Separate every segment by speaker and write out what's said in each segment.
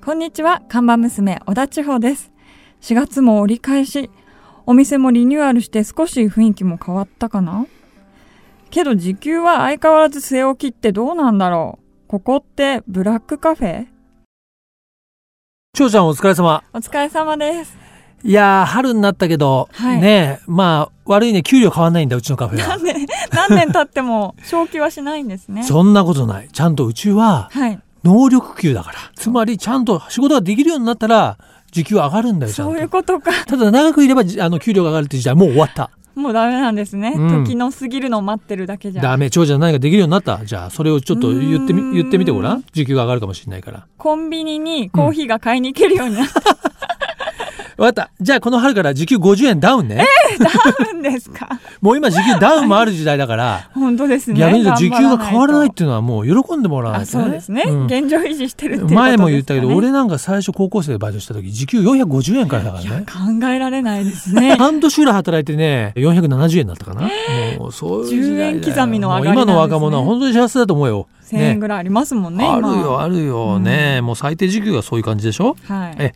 Speaker 1: こんにちは、看板娘、小田千穂です。4月も折り返し、お店もリニューアルして少し雰囲気も変わったかなけど時給は相変わらず据え置きってどうなんだろうここってブラックカフェ
Speaker 2: 長ちゃんお疲れ様。
Speaker 1: お疲れ様です。
Speaker 2: いやー、春になったけど、
Speaker 1: はい
Speaker 2: ねえ、まあ、悪いね、給料変わんないんだ、うちのカフェは。
Speaker 1: 何年、何年経っても正気はしないんですね。
Speaker 2: そんなことない。ちゃんとうちは、
Speaker 1: はい。
Speaker 2: 能力給だから。つまり、ちゃんと仕事ができるようになったら、時給上がるんだよ、ちゃ
Speaker 1: そ
Speaker 2: ん
Speaker 1: ういう
Speaker 2: と。
Speaker 1: ことか。
Speaker 2: ただ、長くいれば、じあの、給料が上がるって時代はもう終わった。
Speaker 1: もうダメなんですね。
Speaker 2: うん
Speaker 1: 時の過ぎるのを待ってるだけじゃ。
Speaker 2: ダメ、長者何かできるようになった。じゃあ、それをちょっと言って
Speaker 1: うーん
Speaker 2: み、言ってみてごらん。時給が上がるかもしれないから。
Speaker 1: コンビニにコーヒーが買いに行けるようになっ
Speaker 2: わかった。じゃあ、この春から時給50円ダウンね。
Speaker 1: たんですか
Speaker 2: もう今、時給ダウンもある時代だから、
Speaker 1: 本当 ですね。
Speaker 2: 逆に言うと時給
Speaker 1: 頑張
Speaker 2: が変わらないっ
Speaker 1: と
Speaker 2: ていうのはもう喜んでもらわない
Speaker 1: あ、
Speaker 2: とね。
Speaker 1: そうですね。
Speaker 2: うん
Speaker 1: 現状維持してるっていうことですか、ね。
Speaker 2: 前も言ったけど、俺なんか最初高校生でバイトした時時給450円からだからね
Speaker 1: 考えられないです ね。
Speaker 2: 半年ぐらい働いてね470円だったかなもうそういう時代だよ
Speaker 1: 10円刻みの上がりなんですね
Speaker 2: もう今の若者は本当に幸せだと思うよ、
Speaker 1: 1000円ぐらいありますもんね、
Speaker 2: ある
Speaker 1: 今。
Speaker 2: よあるよ、
Speaker 1: うん
Speaker 2: ねもう最低時給がそういう感じでしょ、
Speaker 1: はい。
Speaker 2: え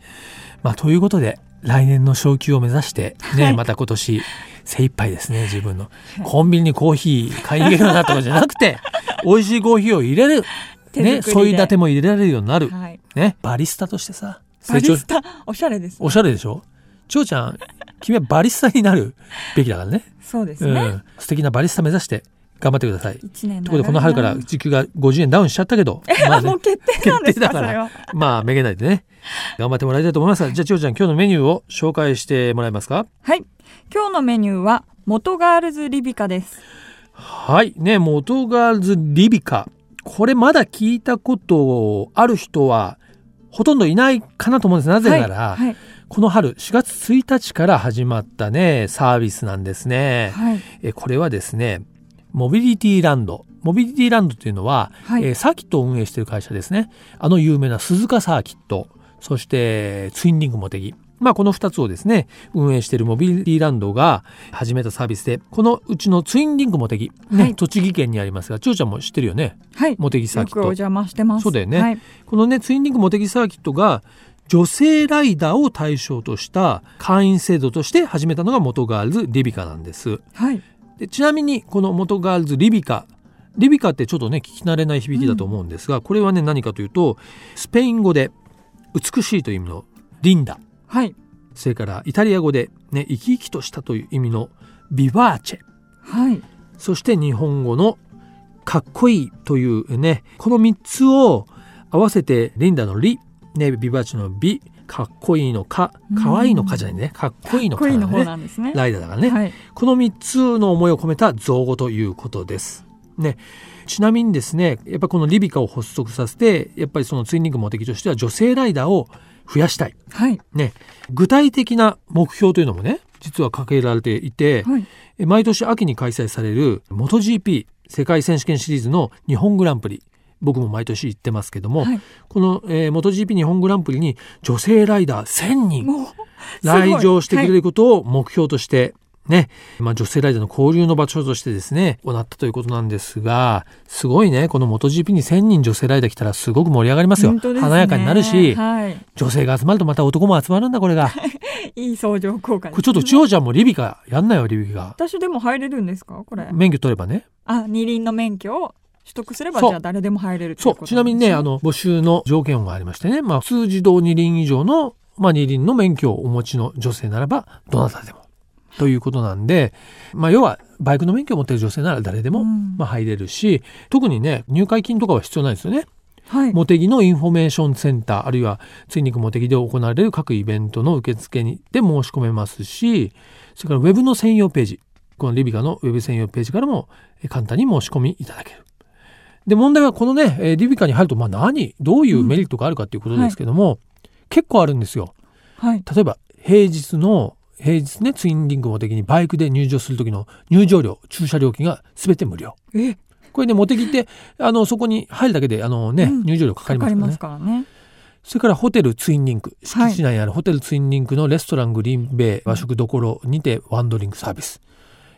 Speaker 2: まあ、ということで来年の昇給を目指して
Speaker 1: は
Speaker 2: ね
Speaker 1: い
Speaker 2: また今 年精一杯ですね自分のコンビニにコーヒー買いに行けるようになったことじゃなく て美味しいコーヒーを入れる
Speaker 1: 手作りで
Speaker 2: ねそういう立ても入れられるようになる、
Speaker 1: はい。
Speaker 2: ねバリスタとしてさ
Speaker 1: バ
Speaker 2: 成長
Speaker 1: リスタ、おしゃれです。
Speaker 2: おしゃれでしょちょうちゃん、君はバリスタになるべきだからね。
Speaker 1: そうです
Speaker 2: う
Speaker 1: ね。
Speaker 2: ん。素敵なバリスタ目指して頑張ってください。という
Speaker 1: 一年
Speaker 2: ことで、この春から
Speaker 1: え
Speaker 2: 時給が50円ダウンしちゃったけ ど、まあ
Speaker 1: もう
Speaker 2: ね、
Speaker 1: 決定なんですか、
Speaker 2: 決定だ
Speaker 1: そ
Speaker 2: から
Speaker 1: れは。
Speaker 2: まあ、めげないでね、頑張ってもらいたいと思 います。じゃあ、ちょうちゃん、今日のメニューを紹介してもらえますか
Speaker 1: はい。今日のメニューは、元ガールズリビカです。
Speaker 2: はい。ね、元ガールズリビカ。これまだ聞いたことある人は、ほとんどいないかなと思うんです。なぜなら、
Speaker 1: はい。
Speaker 2: この春4月1日から始まったね、サービスなんですね。
Speaker 1: はい。
Speaker 2: えーこれはですねモビリティランドモビリティランドというのは、
Speaker 1: はい
Speaker 2: えーサーキットを運営している会社ですねあの有名な鈴鹿サーキットそしてツインリングモテギまあこの2つをですね運営しているモビリティランドが始めたサービスでこのうちのツインリングモテギ、ね
Speaker 1: はい
Speaker 2: 栃木県にありますが千代ちゃんも知ってるよね
Speaker 1: はい。よ
Speaker 2: モテギサーキ
Speaker 1: くお
Speaker 2: ット
Speaker 1: 邪魔してます。
Speaker 2: そうだよね
Speaker 1: はい。
Speaker 2: このねツインリングモテギサーキットが女性ライダーを対象とした会員制度として始めたのが元ガールズリビカなんです
Speaker 1: はい。
Speaker 2: でちなみにこの元ガールズリビカリビカってちょっとね聞き慣れない響きだと思うんですが、これはね何かというとスペイン語で美しいという意味のリンダ
Speaker 1: はい。
Speaker 2: それからイタリア語で、ね、生き生きとしたという意味のビバーチェ
Speaker 1: はい。
Speaker 2: そして日本語のかっこいいというねこの3つを合わせてリンダのリ、ね、ビバーチェのビかっこいいのかかわいいのかじゃないねかっこいいのか
Speaker 1: 恋の
Speaker 2: だ
Speaker 1: 方
Speaker 2: ね
Speaker 1: なんですね。
Speaker 2: ライダーだからね、
Speaker 1: はい。
Speaker 2: この3つの思いを込めた造語ということです。ね、ちなみにですねやっぱこのリビカを発足させてやっぱりそのツインリングモテキとしては女性ライダーを増やしたい、
Speaker 1: はい。
Speaker 2: ね、具体的な目標というのもね実は掲げられていて、
Speaker 1: はい。
Speaker 2: え毎年秋に開催される MotoGP 世界選手権シリーズの日本グランプリ僕も毎年行ってますけども、
Speaker 1: はい
Speaker 2: この、えー MotoGP 日本グランプリに女性ライダー1000人
Speaker 1: もう、すごい
Speaker 2: 来場してくれ
Speaker 1: はい
Speaker 2: ることを目標として、ね、まあ、女性ライダーの交流の場所としてですね、行ったということなんですが、すごいね、この MotoGP に1000人女性ライダー来たらすごく盛り上がりますよ。
Speaker 1: 本当ですね
Speaker 2: 華やかになるし、
Speaker 1: はい。
Speaker 2: 女性が集まるとまた男も集まるんだ、こ れが。
Speaker 1: いい相乗効果ですね
Speaker 2: これちょっと千代ちゃんもリビカやんないよ、リビカ。
Speaker 1: 私でも入れるんですかこれ。
Speaker 2: 免許取ればね。
Speaker 1: あ、二輪の免許を取得すれば、じ
Speaker 2: そう
Speaker 1: ゃあ誰でも入れるってい
Speaker 2: そうう。
Speaker 1: こと
Speaker 2: ちなみにね、あ
Speaker 1: の、
Speaker 2: の、募集の条件がありましてね、まあ、普通自動二輪以上の、まあ、二輪の免許をお持ちの女性ならば、どなたでも。ということなんで、まあ、要は、バイクの免許を持っている女性なら誰でも、
Speaker 1: うん
Speaker 2: まあ、入れるし、特にね、入会金とかは必要ないですよね。
Speaker 1: はい。
Speaker 2: 茂木のインフォメーションセンター、あるいは、ついに茂木で行われる各イベントの受付にで申し込めますし、それからウェブの専用ページ、このリビカのウェブ専用ページからもえ簡単に申し込みいただける。で、問題はこのね、えーリビカに入ると、まあ何、どういうメリットがあるかということですけども、結構あるんですよ。
Speaker 1: はい。
Speaker 2: 例えば、平日の、平日ね、ツインリング茂木にバイクで入場する時の入場料、駐車料金が全て無料。
Speaker 1: え、か
Speaker 2: これね、茂木って、あの、そこに入るだけで、あのね、
Speaker 1: うん
Speaker 2: 入場料かかりま
Speaker 1: か
Speaker 2: す
Speaker 1: り
Speaker 2: から
Speaker 1: ま
Speaker 2: ね
Speaker 1: す。からね。
Speaker 2: それからホテルツインリンク
Speaker 1: はい
Speaker 2: 敷地内にあるホテルツインリンクのレストラングリーンベイ和食どころにてワンドリンクサービス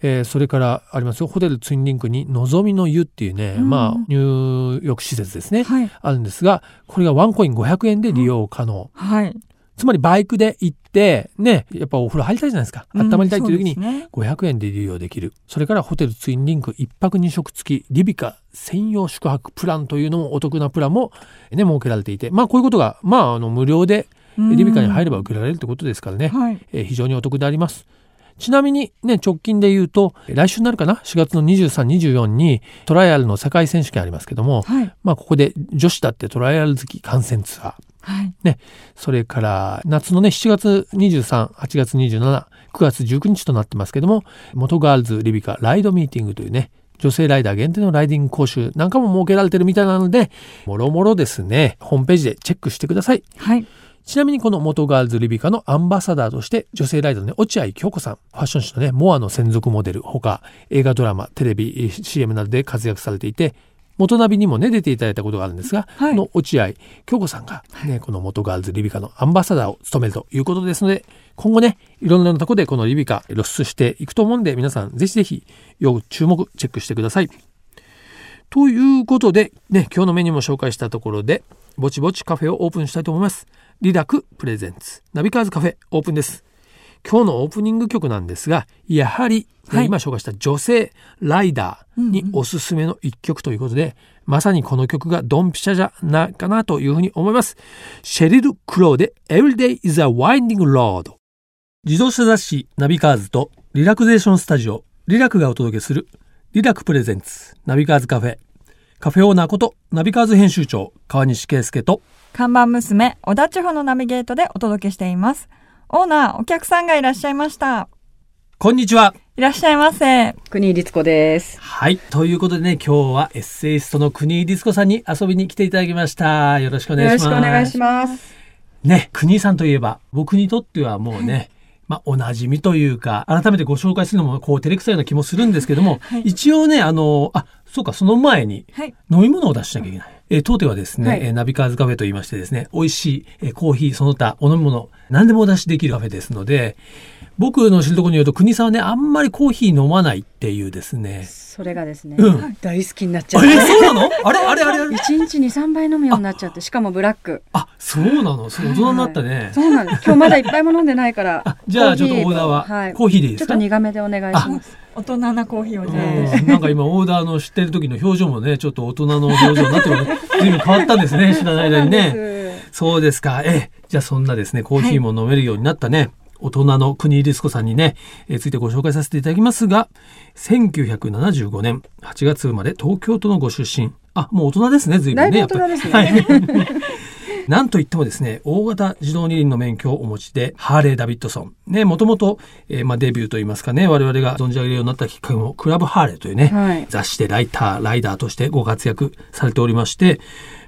Speaker 2: えーそれからありますよホテルツインリンクにのぞみの湯っていうね、
Speaker 1: うん
Speaker 2: まあ入浴施設ですね、
Speaker 1: はい。
Speaker 2: あるんですがこれがワンコイン500円で利用可能、
Speaker 1: はい。
Speaker 2: つまりバイクで行ってねやっぱお風呂入りたいじゃないですか温まりたいっていう時に
Speaker 1: うんそうですね
Speaker 2: 500円で利用できるそれからホテルツインリンク1泊2食付きリビカ専用宿泊プランというのもお得なプランも、ね、設けられていてまあこういうことが、まあ、あの無料で
Speaker 1: うん
Speaker 2: リビカに入れば受けられるってことですからね、
Speaker 1: はい。
Speaker 2: えー非常にお得であります。ちなみにね、直近で言うと、来週になるかな ?4 月の23、24にトライアルの世界選手権ありますけども、
Speaker 1: はい。
Speaker 2: まあここで女子だってトライアル好き観戦ツアー。
Speaker 1: はい。
Speaker 2: それから夏のね、7月23、8月27、9月19日となってますけども、元ガールズリビカライドミーティングというね、女性ライダー限定のライディング講習なんかも設けられてるみたいなので、もろもろですね、ホームページでチェックしてください。
Speaker 1: はい。
Speaker 2: ちなみにこの元ガールズリビカのアンバサダーとして女性ライダーのね、落合京子さん、ファッション誌のね、モアの専属モデル、ほか映画ドラマ、テレビ、えー CM などで活躍されていて、元ナビにもね、出ていただいたことがあるんですが、
Speaker 1: はい
Speaker 2: この落合京子さんがね、この元ガールズリビカのアンバサダーを務めるということですので、今後ね、いろんなとこでこのリビカ露出していくと思うんで、皆さんぜひぜひ、要注目、チェックしてください。ということで、ね、今日のメニューも紹介したところで、ぼちぼちカフェをオープンしたいと思います。リラクプレゼンツ、ナビカーズカフェオープンです。今日のオープニング曲なんですが、やはり、ね
Speaker 1: はい
Speaker 2: 今紹介した女性ライダーに
Speaker 1: うんうん
Speaker 2: おすすめの一曲ということで、まさにこの曲がドンピシャじゃないかなというふうに思います。シェリル・クローで Everyday is a Winding Road。自動車雑誌ナビカーズとリラクゼーションスタジオリラクがお届けするリラクプレゼンツナビカーズカフェ。カフェオーナーことナビカーズ編集長川西圭介と
Speaker 1: 看板娘、小田地方のナビゲートでお届けしています。オーナー、お客さんがいらっしゃいました。
Speaker 2: こんにちは。
Speaker 1: いらっしゃいませ。
Speaker 3: 国井律子です。
Speaker 2: はい。ということでね、今日はエッセイストの国井律子さんに遊びに来ていただきました。よろしくお願いします。
Speaker 3: ます。
Speaker 2: ね、国井さんといえば、僕にとってはもうね、まあ、おなじみというか、改めてご紹介するのも、こう、照れくさいような気もするんですけども、
Speaker 1: はい
Speaker 2: 一応ね、あの、あ、そうか、その前に、
Speaker 1: はい。
Speaker 2: 飲み物を出しなきゃいけない。えー当店はですね、
Speaker 3: はい
Speaker 2: えーナビカーズカフェと言いましてですね、美味しい、えーコーヒー、その他、お飲み物、何でもお出しできるカフェですので、僕の知るところによると、国井さんはね、あんまりコーヒー飲まないっていうですね。
Speaker 3: それがですね、
Speaker 2: うん
Speaker 3: 大好きになっち
Speaker 2: え
Speaker 3: ゃって。
Speaker 2: ーそうなのあれあれあれあれ
Speaker 3: 一日に3杯飲むようになっちゃって、しかもブラック。
Speaker 2: あ、そうなの。そう大人になったね。
Speaker 3: そうなんです。今日まだいっぱいも飲んでないから。
Speaker 2: あ、じゃあ
Speaker 3: コ
Speaker 2: ちょっ
Speaker 3: ー
Speaker 2: と
Speaker 3: ヒ
Speaker 2: オ
Speaker 3: ー
Speaker 2: ーダーは、
Speaker 3: はい。
Speaker 2: コーヒーでいいで
Speaker 3: ち
Speaker 2: す
Speaker 3: ょっと
Speaker 2: か
Speaker 3: 苦めでお願いします。
Speaker 1: 大人なコーヒーをじゃあ
Speaker 2: うんなんか今オーダーのしてる時の表情もね、ちょっと大人の表情になってるね。随分変わったんですね、知らない間にね。そうですか。ええ、じゃあそんなですね、コーヒーも飲めるようになったね。大人の国井律子さんにね、えーついてご紹介させていただきますが、1975年8月生まれ東京都のご出身。あ、もう大人ですね、随
Speaker 3: だ
Speaker 2: 分
Speaker 3: い
Speaker 2: ね、
Speaker 3: ぶ
Speaker 2: や
Speaker 3: 大
Speaker 2: っぱり
Speaker 3: 人。ですね。
Speaker 2: なんといってもですね、大型自動二輪の免許をお持ちで、ハーレー・ダビッドソン。ね、もともと、えーまあ、デビューといいますかね、我々が存じ上げるようになったきっかけも、クラブ・ハーレーというね、
Speaker 3: はい
Speaker 2: 雑誌でライター、ライダーとしてご活躍されておりまして、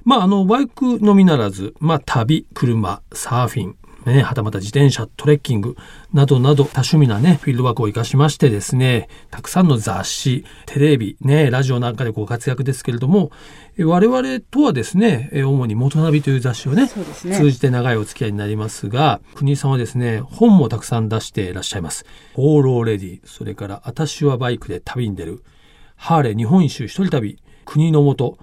Speaker 2: まあ、あの、バイクのみならず、まあ、旅、車、サーフィン、ね、はたまた自転車、トレッキングなどなど多趣味なね、フィールドワークを活かしましてですね、たくさんの雑誌、テレビ、ね、ラジオなんかでご活躍ですけれども、え我々とはですね、え主に元ナビという雑誌をね、
Speaker 3: そうですね
Speaker 2: 通じて長いお付き合いになりますが、国井さんはですね、本もたくさん出していらっしゃいます。オーローレディ、それから、あたしはバイクで旅に出る、ハーレー日本一周一人旅、国のもと、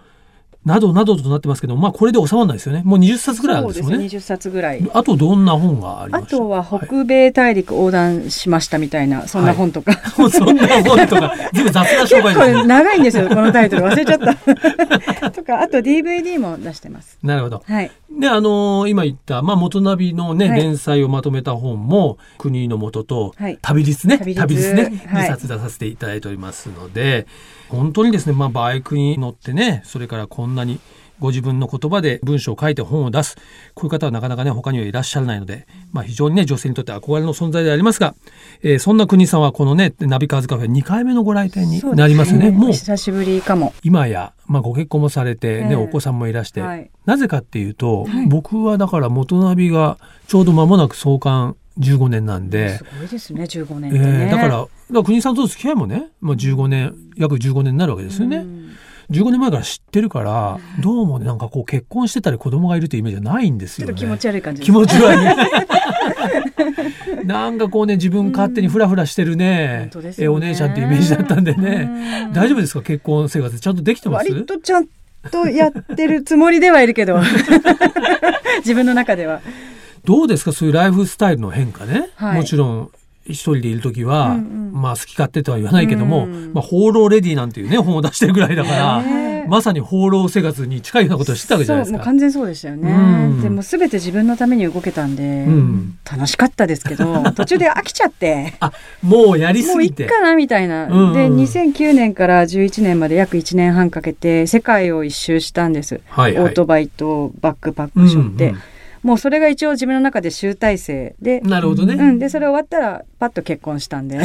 Speaker 2: などなどとなってますけど、まあこれで収まらないですよね。もう20冊ぐらいあるん
Speaker 3: そ
Speaker 2: で
Speaker 3: う
Speaker 2: す
Speaker 3: で
Speaker 2: も
Speaker 3: す
Speaker 2: ん
Speaker 3: ね。
Speaker 2: ね。
Speaker 3: 20冊ぐらい。
Speaker 2: あとどんな本がありま
Speaker 3: あ
Speaker 2: した
Speaker 3: とは
Speaker 2: はい
Speaker 3: 北米大陸横断しましたみたいな、そんな本とか。
Speaker 2: も うそんな本とか、全部雑な 紹介
Speaker 3: こ
Speaker 2: です
Speaker 3: れ
Speaker 2: ね。
Speaker 3: 長いんですよ、このタイトル。忘れちゃった。とか、あと DVD も出してます。
Speaker 2: なるほど。
Speaker 3: はい。
Speaker 2: で、あのー今言った、まあ、元ナビのね、
Speaker 3: はい
Speaker 2: 連載をまとめた本も、国の元と
Speaker 3: はい、
Speaker 2: 旅率ね、
Speaker 3: 旅律
Speaker 2: 旅率ね、
Speaker 3: はい
Speaker 2: 2冊出させていただいておりますので、本当にですね、まあ、バイクに乗ってね、それからこんなに、ご自分の言葉で文章を書いて本を出す。こういう方はなかなかね、他にはいらっしゃらないので、まあ非常にね、女性にとって憧れの存在でありますが、えーそんな国井さんはこのね、ナビカーズカフェ2回目のご来店になりますよね。
Speaker 3: そうで
Speaker 2: もう
Speaker 3: 久しぶりかも。
Speaker 2: 今や、まあ、ご結婚もされて、ね
Speaker 3: ええ
Speaker 2: お子さんもいらして、
Speaker 3: はい、
Speaker 2: なぜかっていうと、
Speaker 1: はい
Speaker 2: 僕はだから元ナビがちょうど間もなく創刊15年なんです
Speaker 3: ごいですね、
Speaker 2: え
Speaker 3: 15年ってね。
Speaker 2: ーだからだから国井さんとの付き合いもね、まあ、15年約15年になるわけですよね、
Speaker 3: うん
Speaker 2: 15年前から知ってるからどうもねなんかこう結婚してたり子供がいるというイメージはないんです
Speaker 3: ちょ
Speaker 2: よ
Speaker 3: っ
Speaker 2: ね
Speaker 3: と気持ち悪い感じです
Speaker 2: 気持ち悪い なんかこうね自分勝手にフラフラしてるね,、
Speaker 3: 当です
Speaker 2: え
Speaker 3: よね
Speaker 2: お姉ちゃんっていうイメージだったんでね、
Speaker 1: ね
Speaker 2: 大丈夫ですか結婚生活ちゃんとできてます
Speaker 3: 割とちゃんとやってるつもりではいる けど自分の中では、
Speaker 2: どうですかそういうライフスタイルの変化ね、
Speaker 3: はい
Speaker 2: もちろん一人でいる時は、
Speaker 3: うんうん
Speaker 2: まあ好き勝手とは言わないけども、
Speaker 3: うん
Speaker 2: まあ、放浪レディーなん ていうね本を出してるぐらいだから、
Speaker 3: ね
Speaker 2: まさに放浪生活に近いようなことをしてたわけじゃないです
Speaker 3: そうもう
Speaker 2: か。
Speaker 3: 完全そうでしたよね、
Speaker 2: うん
Speaker 3: でも全て自分のために動けたんで、
Speaker 2: うん
Speaker 3: 楽しかったですけ ど途中で飽きちゃって
Speaker 2: あもうやり
Speaker 3: も
Speaker 2: す
Speaker 3: うい
Speaker 2: ぎ。
Speaker 3: ってかなみたいな、
Speaker 2: うんうん
Speaker 3: で2009年から11年まで約1年半かけて世界を一周したんです、
Speaker 2: はいはい
Speaker 3: オートバイとバックパックショって、
Speaker 2: うんうん
Speaker 3: もうそれが一応自分の中で集大成で、
Speaker 2: なるほどね。
Speaker 3: うん、でそれ終わったらパッと結婚し たんで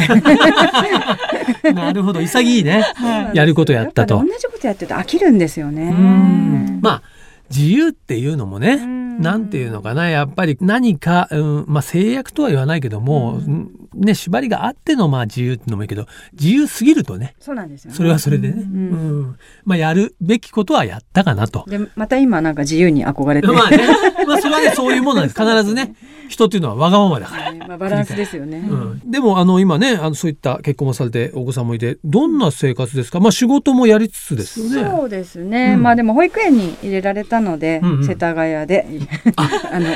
Speaker 2: なるほど潔い ね。
Speaker 3: はい
Speaker 2: やることやったと
Speaker 3: やぱね同じことやってると飽きるんですよね
Speaker 2: うんまあ自由っていうのもね、
Speaker 3: ん
Speaker 2: なんていうのかなやっぱり何か、うんまあ、制約とは言わないけども、うんね、縛りがあってのまあ自由ってのもいいけど自由すぎるとね
Speaker 3: そうなんですよね
Speaker 2: それはそれでね、うん
Speaker 3: ん
Speaker 2: まあ、やるべきことはやったかな と。
Speaker 3: でまた今なんか自由に憧れて
Speaker 2: まあね、まあそれはね、そういうものなんです。必ずね、人っていうのはわがままだから。
Speaker 3: ねまあ、バランスですよね。
Speaker 2: うん、でも、あの、今ね、あの、そういった結婚もされて、お子さんもいて、どんな生活ですかまあ、仕事もやりつつですよね。
Speaker 3: そうですね、
Speaker 2: うん
Speaker 3: まあでも保育園に入れられたので、
Speaker 2: うんうん
Speaker 3: 世田谷で あの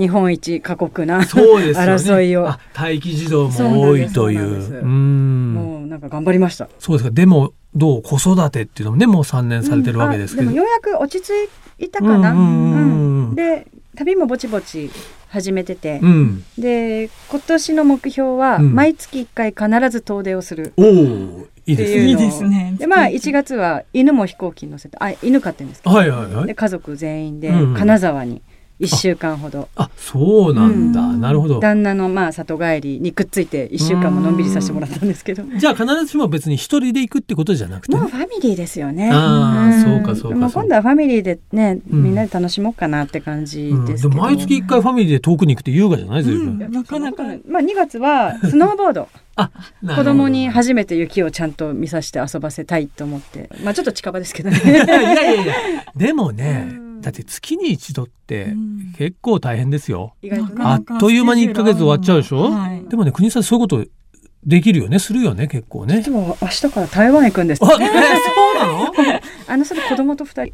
Speaker 3: 日本一過酷な
Speaker 2: そうですよね。
Speaker 3: 争いを
Speaker 2: あ待機児童も多いという。
Speaker 3: そうなんですそうなんです
Speaker 2: ん
Speaker 3: もうなんか頑張りました。
Speaker 2: そうですか。でも、どう子育てっていうのもね、もう3年されてるわけですけど。
Speaker 3: あでもようやく落ち着いたかな、
Speaker 2: うんうんうん
Speaker 3: うんで旅もぼちぼち始めてて、
Speaker 2: うん。
Speaker 3: で今年の目標は
Speaker 2: うん
Speaker 3: 毎月1回必ず遠出をする、
Speaker 2: おおいいです
Speaker 3: って
Speaker 1: い
Speaker 3: い
Speaker 1: いう
Speaker 2: ね。
Speaker 1: ですね。
Speaker 3: でまあ1月は犬も飛行機に乗せてあ犬飼ってるんですけど、
Speaker 2: はいはいは
Speaker 3: で
Speaker 2: い。
Speaker 3: 家族全員で
Speaker 2: うん
Speaker 3: 金沢に1週間ほど
Speaker 2: あ、そうなんだ。
Speaker 1: うん
Speaker 2: なるほど。
Speaker 3: 旦那のまあ里帰りにくっついて1週間ものんびりさせてもらったんですけど も
Speaker 2: じゃあ、必ずしも別に一人で行くってことじゃなく
Speaker 3: う
Speaker 2: て。
Speaker 3: ファミリーですよね。
Speaker 2: ああ、
Speaker 3: ん
Speaker 2: そうかそう
Speaker 3: ま
Speaker 2: か
Speaker 3: あ、
Speaker 2: そうか。
Speaker 3: 今度はファミリーでね
Speaker 2: うん
Speaker 3: みんなで楽しもうかなって感じ
Speaker 2: うん
Speaker 3: です
Speaker 2: で
Speaker 3: けど、
Speaker 2: も毎月1回ファミリーで遠くに行くって優雅じゃないですよ、
Speaker 1: うんなかなか
Speaker 3: まあ、2月はスノーボード
Speaker 2: あなるほ
Speaker 3: 子
Speaker 2: ど
Speaker 3: 供に初めて雪をちゃんと見させて遊ばせたいと思ってまあちょっと近場ですけど
Speaker 2: い
Speaker 3: ね
Speaker 2: やいやいやでもね、
Speaker 3: うん
Speaker 2: だって月に一度って
Speaker 1: うん
Speaker 2: 結構大変ですよ、
Speaker 3: 意外とね
Speaker 2: あっという間に1ヶ月終わっちゃうでしょ
Speaker 1: はい
Speaker 2: でもね国さんそういうことできるよねするよね結構ね
Speaker 3: でも明日から台湾行くんです
Speaker 2: あ、えそうなの
Speaker 3: あのそれ子供と2人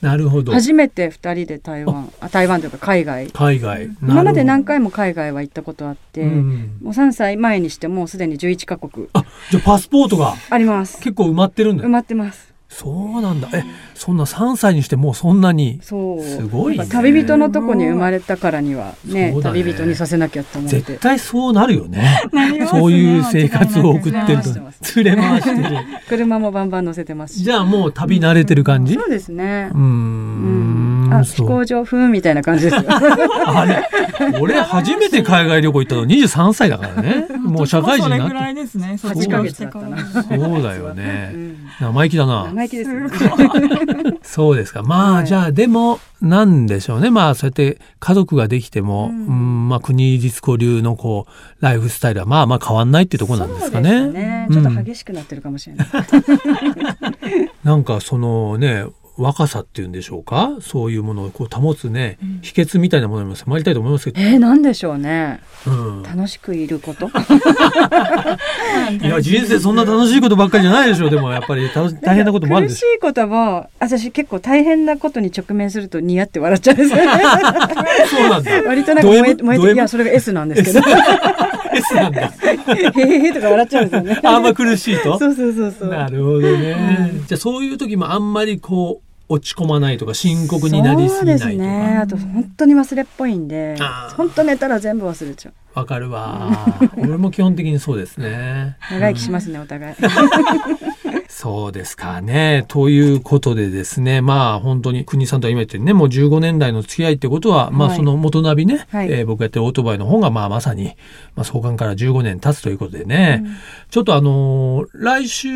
Speaker 2: なるほど
Speaker 3: 初めて2人で台湾あ台湾というか海外
Speaker 2: 海外
Speaker 3: 今ま
Speaker 2: な
Speaker 3: で
Speaker 2: る
Speaker 3: 何回も海外は行ったことあって、
Speaker 2: ほどうん
Speaker 3: もう3歳前にしてもうすでに11カ国
Speaker 2: あじゃあパスポートが
Speaker 3: あります。
Speaker 2: 結構埋まってるんだ
Speaker 3: 埋
Speaker 2: よ
Speaker 3: まってます。
Speaker 2: そうなんだえそんな3歳にしてもうそんなに
Speaker 3: そう。
Speaker 2: すごいね
Speaker 3: やっぱ旅人のとこに生まれたからにはね
Speaker 2: そうだね
Speaker 3: 旅人にさせなきゃと思って。
Speaker 2: 絶対そうなるよね
Speaker 1: なりますね
Speaker 2: そういう生活を送ってると
Speaker 3: 連れ回してます
Speaker 2: 連れ回してる
Speaker 3: 車もバンバン乗せてますし。
Speaker 2: じゃあもう旅慣れてる感じ
Speaker 3: そうですね。
Speaker 2: うーん
Speaker 3: あ、
Speaker 2: そ
Speaker 3: 飛
Speaker 2: う
Speaker 3: 行場風みたいな感じですよ。
Speaker 2: あれ俺初めて海外旅行行ったの23歳だからねもう社会人に
Speaker 1: 私もそれぐ
Speaker 2: なっ
Speaker 1: らいですね。
Speaker 3: 8
Speaker 1: 卒業
Speaker 2: ヶ
Speaker 1: し
Speaker 3: 月
Speaker 1: て
Speaker 3: だった
Speaker 1: から
Speaker 3: な
Speaker 2: てそうだよ
Speaker 3: う
Speaker 2: ね
Speaker 3: ん
Speaker 2: 生意気だな
Speaker 3: 生意気ですよね。
Speaker 2: そうですかま
Speaker 3: は
Speaker 2: あ
Speaker 3: い
Speaker 2: じゃあでもなんでしょうねまあそうやって家族ができても、う
Speaker 3: うんん
Speaker 2: まあ、国立子流のこうライフスタイルはまあまあ変わんないってとこなんですかね。
Speaker 3: そうねちょっと激しくなってるかもしれない。
Speaker 2: なんかそのね若さっていうんでしょうかそういうものをこう保つね、秘訣みたいなものにも迫りたいと思いますけど、
Speaker 3: えー、なんでしょうね。
Speaker 2: うん、
Speaker 3: 楽しくいること。
Speaker 2: いや人生そんな楽しいことばっかりじゃないでしょうでもやっぱり楽し大変なこともあるんで
Speaker 3: 苦
Speaker 2: す
Speaker 3: しいことは私結構大変なことに直面するとニヤって笑っちゃうんですよね
Speaker 2: そうなんだ。
Speaker 3: 割となんか
Speaker 2: ド M？
Speaker 3: 燃え燃え
Speaker 2: ド
Speaker 3: て
Speaker 2: M？
Speaker 3: いやそれが S なんですけど
Speaker 2: S なんだ。
Speaker 3: へへへとか笑っちゃうんですよね
Speaker 2: あんま苦しいと。
Speaker 3: そうそうそうそう
Speaker 2: なるほどね。じゃあそういう時もあんまりこう落ち込まないとか深刻になりすぎないと
Speaker 3: そうです
Speaker 2: か。
Speaker 3: ねあと本当に忘れっぽいんで
Speaker 2: あー
Speaker 3: 本当寝たら全部忘れちゃう
Speaker 2: わ、かるわ。俺も基本的にそうですね。
Speaker 3: 長生きしますねお 互い
Speaker 2: そうですかね。ということでですね。まあ本当に国さんとは今言ってね、もう15年来の付き合いってことは、まあ
Speaker 3: はい
Speaker 2: その元ナビね、
Speaker 3: はい
Speaker 2: えー僕やってるオートバイの方がまあまさに、まあ創刊から15年経つということでね。ちょっとあのー来週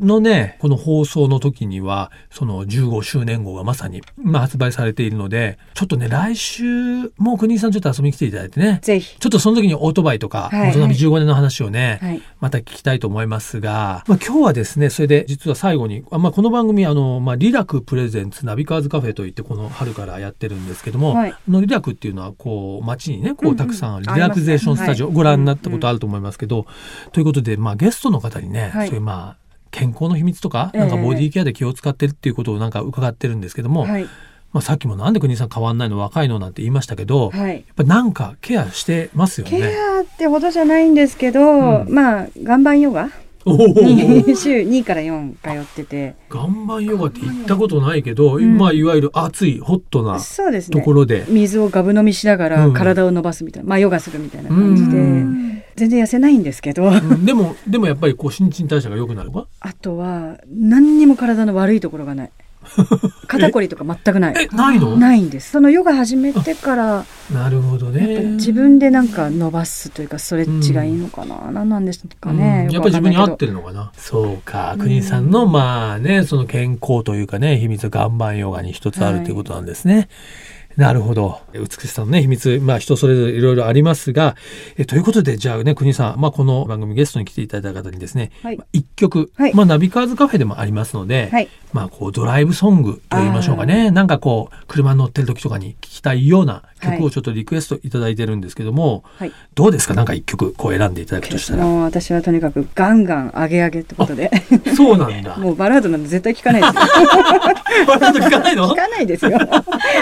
Speaker 2: のね、この放送の時には、その15周年号がまさに、まあ発売されているので、ちょっとね、来週、もう国さんちょっと遊びに来ていただいてね。
Speaker 3: ぜひ
Speaker 2: ちょっとその時にオートバイとか、
Speaker 3: はい
Speaker 2: 元ナビ15年の話をね、
Speaker 3: はい
Speaker 2: また聞きたいと思いますが、まあ、今日はですねそれで、で、実は最後に、あまあ、この番組、あの、まあ、リラクプレゼンツナビカーズカフェといって、この春からやってるんですけども、
Speaker 3: はい
Speaker 2: あのリラクっていうのは、こう、街にね、こ
Speaker 3: うんう
Speaker 2: うんたくさんある
Speaker 3: あ
Speaker 2: リ
Speaker 3: りま
Speaker 2: ラク
Speaker 3: すね
Speaker 2: ゼーションスタジオ、ご覧になったこと
Speaker 3: は
Speaker 2: あると思いますけど、ということで、まあ、ゲストの方にね、
Speaker 3: はい
Speaker 2: そういう、まあ、健康の秘密とか、
Speaker 3: ええ
Speaker 2: なんかボディケアで気を使ってるっていうことをなんか伺ってるんですけども、
Speaker 3: はい。
Speaker 2: まあ、さっきもなんで国井さん変わんないの若いのなんて言いましたけど、やっ
Speaker 3: はい。
Speaker 2: ぱなんかケアしてますよ
Speaker 3: ケ
Speaker 2: ね。
Speaker 3: アってほどじゃないんですけど、
Speaker 2: うん
Speaker 3: まあ、岩盤ヨガ
Speaker 2: おー
Speaker 3: に 週2から4通ってて、
Speaker 2: 岩盤ヨガって行ったことないけど、
Speaker 3: ん
Speaker 2: まあいわゆる熱いホットな
Speaker 3: そうです
Speaker 2: と
Speaker 3: ね
Speaker 2: こ。ろで、
Speaker 3: 水をガブ飲みしなが
Speaker 2: う
Speaker 3: ら
Speaker 2: ん
Speaker 3: 体を伸ばすみたいな、まあヨガするみたいな感じで、
Speaker 2: うん
Speaker 3: 全然痩せないんですけど、
Speaker 2: うんでもでもやっぱりこう新陳代謝が良くなるのか
Speaker 3: あとは何にも体の悪いところがない 肩こりとか全くな
Speaker 2: え
Speaker 3: い
Speaker 2: ないのな
Speaker 3: ないんですそのヨガ始めてから
Speaker 2: るほど
Speaker 3: やっぱり
Speaker 2: ね
Speaker 3: 自分でなんか伸ばすというかストレッチがいいのかな、なん、何なんですかね、
Speaker 2: うんや
Speaker 3: よ
Speaker 2: っ
Speaker 3: く
Speaker 2: ぱり自
Speaker 3: わかん
Speaker 2: 分に
Speaker 3: ないけど
Speaker 2: 合ってるのかなそうか国井さんのまあねその健康というかね秘密が岩盤ヨガに一つあるということなんですね、なるほど美しさのね秘密まあ人それぞれいろいろありますがえということでじゃあね国井さん、まあ、この番組ゲストに来ていただいた方にですね、
Speaker 3: はい
Speaker 2: まあ一曲、
Speaker 3: はい
Speaker 2: まあ、ナビカーズカフェでもありますので、
Speaker 3: はい
Speaker 2: まあこうドライブソングと言いましょうかね。なんかこう車に乗ってる時とかに聴きたいような曲
Speaker 3: は
Speaker 2: を
Speaker 3: い
Speaker 2: ちょっとリクエストいただいてるんですけども、
Speaker 3: はい
Speaker 2: どうですかなんか一曲こう選んでいただくとしたら。
Speaker 3: もう私はとにかくガンガン上げ上げってことで
Speaker 2: そうなんだ。
Speaker 3: もうバラードなんて絶対聞かないですよ
Speaker 2: わざと聞かないのわ
Speaker 3: 聞
Speaker 2: か
Speaker 3: かないですよ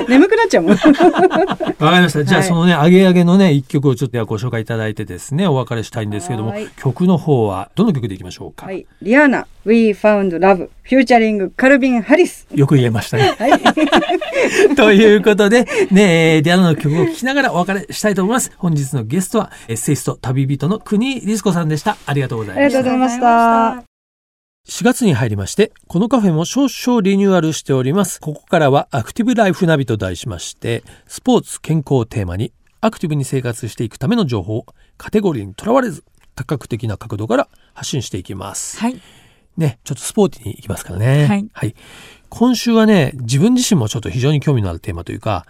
Speaker 3: 眠くなっちゃう もん
Speaker 2: りました。じゃあ
Speaker 3: はい
Speaker 2: そのね、あげあげのね、一曲をちょっとご紹介いただいてですね、お別れしたいんですけども
Speaker 3: はい、
Speaker 2: 曲の方はどの曲でいきましょうか、
Speaker 3: はいリアーナ We Found Love フューチャリングカルビン・ハリス
Speaker 2: よく言えましたね。
Speaker 3: はい
Speaker 2: ということで、ねえー、ディアナの曲を聴きながらお別れしたいと思います。本日のゲストは、エッセイスト旅人の国井律子さんでした。ありがとうござい
Speaker 3: あ
Speaker 2: ま
Speaker 3: りが
Speaker 2: し
Speaker 3: とう
Speaker 2: た
Speaker 3: ご。ざいました。
Speaker 2: 4月に入りまして、このカフェも少々リニューアルしております。ここからはアクティブライフナビと題しまして、スポーツ、健康をテーマに、アクティブに生活していくための情報、カテゴリーにとらわれず、多角的な角度から発信していきます。
Speaker 1: はい。
Speaker 2: ね、ちょっとスポーティーに行きますからね。
Speaker 1: はい
Speaker 2: 今週はね、自分自身もちょっと非常に興味のあるテーマというか、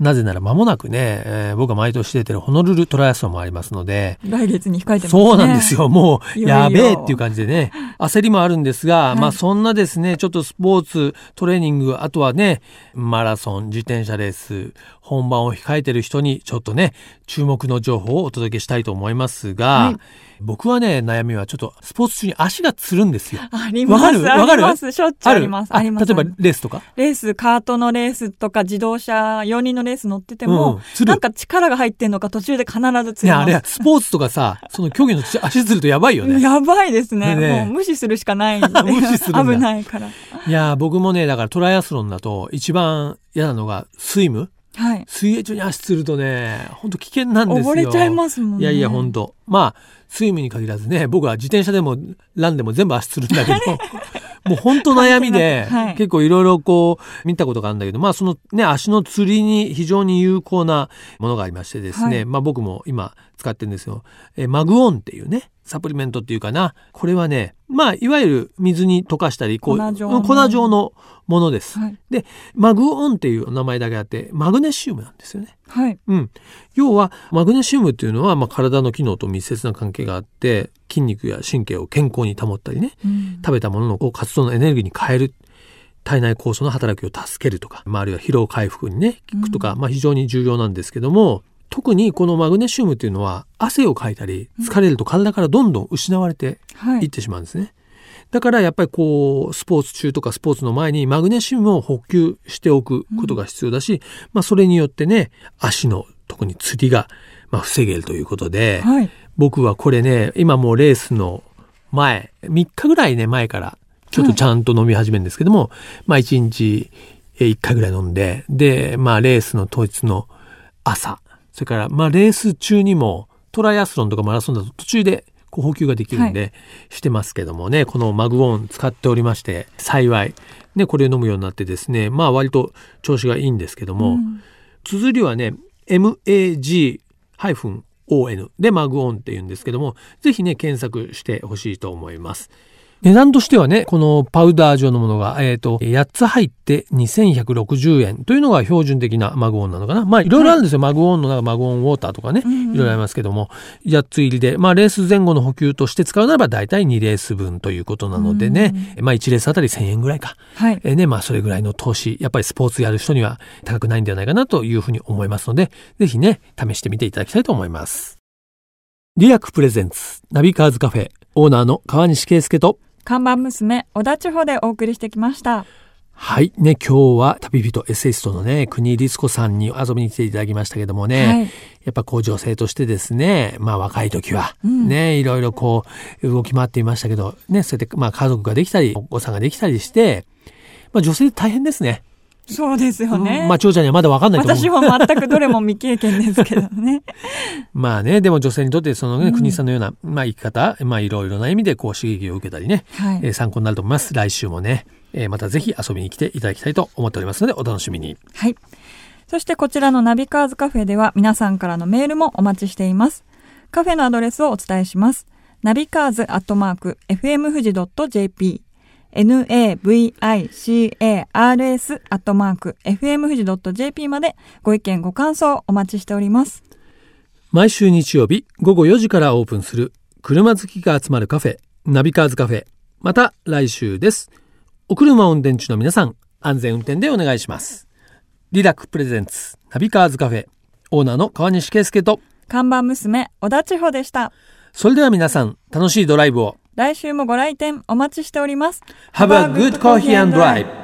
Speaker 2: なぜなら間もなくね、えー僕が毎年出てるホノルルトライアスロンもありますので、
Speaker 1: 来月に控えてますね。
Speaker 2: そうなんです。よ。もう、
Speaker 1: いよいよ
Speaker 2: やべえっていう感 じでね、焦りもあるんですが、
Speaker 1: はい
Speaker 2: まあそんなですね、ちょっとスポーツ、トレーニング、あとはね、マラソン、自転車レース、本番を控えてる人に、ちょっとね、注目の情報をお届けしたいと思いますが、
Speaker 1: はい
Speaker 2: 僕はね、悩みはちょっと、スポーツ中に足がつるんですよ。
Speaker 1: あります。
Speaker 2: わかる
Speaker 1: あり
Speaker 2: わかる
Speaker 1: ます。しょっちゅうあります。あります。
Speaker 2: 例えばレースとか
Speaker 1: レース、カートのレースとか自動車、4人のレース乗ってても、
Speaker 2: うんつる
Speaker 1: なんか力が入ってんのか途中で必ずつ
Speaker 2: ね
Speaker 1: り
Speaker 2: あ
Speaker 1: ます。
Speaker 2: れ、スポーツとかさ、その競技の足 つるとやばいよね。
Speaker 1: やばいですね。
Speaker 2: ねえ
Speaker 1: もう無視するしかないんで
Speaker 2: 無視するんだ
Speaker 1: 危ないから。
Speaker 2: いやー、僕もね、だからトライアスロンだと一番嫌なのがスイム
Speaker 1: はい。
Speaker 2: 水泳中に足つるとね、ほんと危険なんですよ。
Speaker 1: 溺れちゃいますもんね。
Speaker 2: いやいや、ほんと。まあ、スイムに限らずね、僕は自転車でも、ランでも全部足つるんだけ ど、もうほんと悩みで、
Speaker 1: はい
Speaker 2: 結構いろいろこう、見たことがあるんだけど、まあ、そのね、足の釣りに非常に有効なものがありましてですね、
Speaker 1: はい
Speaker 2: まあ僕も今使ってるんですよ。えーマグオンっていうね、サプリメントっていうかな、これはね、まあ、いわゆる水に溶かしたり、こう、
Speaker 1: 粉状の
Speaker 2: 粉状のものです。
Speaker 1: はい。
Speaker 2: で、マグオンっていう名前だけあって、マグネシウムなんですよね。
Speaker 1: はい。
Speaker 2: うん、要はマグネシウムっていうのは、まあ、体の機能と密接な関係があって筋肉や神経を健康に保ったりね
Speaker 1: うん
Speaker 2: 食べたものを活動のエネルギーに変える体内酵素の働きを助けるとか、まあ、あるいは疲労回復にね効くとか、まあ、非常に重要なんですけども特にこのマグネシウムっていうのは汗をかいたり疲れると体からどんどん失われて
Speaker 1: はい
Speaker 2: いっ
Speaker 1: い。
Speaker 2: てしまうんですね。だからやっぱりこうスポーツ中とかスポーツの前にマグネシウムを補給しておくことが必要だし、まあそれによってね足の特に釣りが、まあ、防げるということで、
Speaker 1: はい。
Speaker 2: 僕はこれね今もうレースの前3日ぐらいね前からちょっとちゃんと飲み始めるんですけども、まあ1日1回ぐらい飲んででまあレースの当日の朝それからまあレース中にもトライアスロンとかマラソンだと途中でこう補給ができるんで、してますけどもねこのマグウォン使っておりまして幸いねこれを飲むようになってですねまあ割と調子がいいんですけども、
Speaker 1: うん
Speaker 2: 綴りはね MAG-ON でマグオンって言うんですけどもぜひね検索してほしいと思います値段としてはね、このパウダー状のものが、えっ、と、8つ入って2160円というのが標準的なマグオンなのかな。まあ、いろいろあるんですよ。マグオンの中、マグオンウォーターとかね。
Speaker 1: うんうん
Speaker 2: いろいろありますけども、8つ入りで、まあ、レース前後の補給として使うならば、大体2レース分ということなのでね、まあ、1レースあたり1000円ぐらいか。
Speaker 1: はい。
Speaker 2: えーね、まあ、それぐらいの投資、やっぱりスポーツやる人には高くないんではないかなというふうに思いますので、ぜひね、試してみていただきたいと思います。リラックプレゼンツ、ナビカーズカフェ、オーナーの川西圭介と、
Speaker 1: 看板娘、小田地方でお送りしてきました。
Speaker 2: はい。ね、今日は旅人エッセイストのね、国律子さんに遊びに来ていただきましたけどもね、
Speaker 1: はい。
Speaker 2: やっぱこう女性としてですね、まあ若い時は、
Speaker 1: うん
Speaker 2: ね、いろいろこう動き回っていましたけど、ね、そうやってまあ家族ができたり、お子さんができたりして、まあ女性大変ですね。
Speaker 1: そうですよね。
Speaker 2: うんまあ長ちゃんにはまだわかんないと思
Speaker 1: 私も
Speaker 2: う。
Speaker 1: 全くどれも未経験ですけどね。
Speaker 2: まあね、でも女性にとってそのね、
Speaker 1: うん
Speaker 2: 国井さんのような、まあ生き方、まあいろいろな意味でこう刺激を受けたりね、
Speaker 1: は
Speaker 2: え
Speaker 1: い。
Speaker 2: ー参考になると思います。来週もね、えーまたぜひ遊びに来ていただきたいと思っておりますので、お楽しみに。
Speaker 1: はい。そしてこちらのナビカーズカフェでは皆さんからのメールもお待ちしています。カフェのアドレスをお伝えします。ナビカーズアットマーク FM 富士 .jp navicars アットマーク FM 富士 .jp までご意見ご感想お待ちしております。
Speaker 2: 毎週日曜日午後4時からオープンする車好きが集まるカフェナビカーズカフェまた来週ですお車を運転中の皆さん安全運転でお願いしますリラックプレゼンツナビカーズカフェオーナーの川西圭介と
Speaker 1: 看板娘小田千穂でした。
Speaker 2: それでは皆さん楽しいドライブを
Speaker 1: 来週もご来店お待ちしております。
Speaker 2: Have a good coffee and drive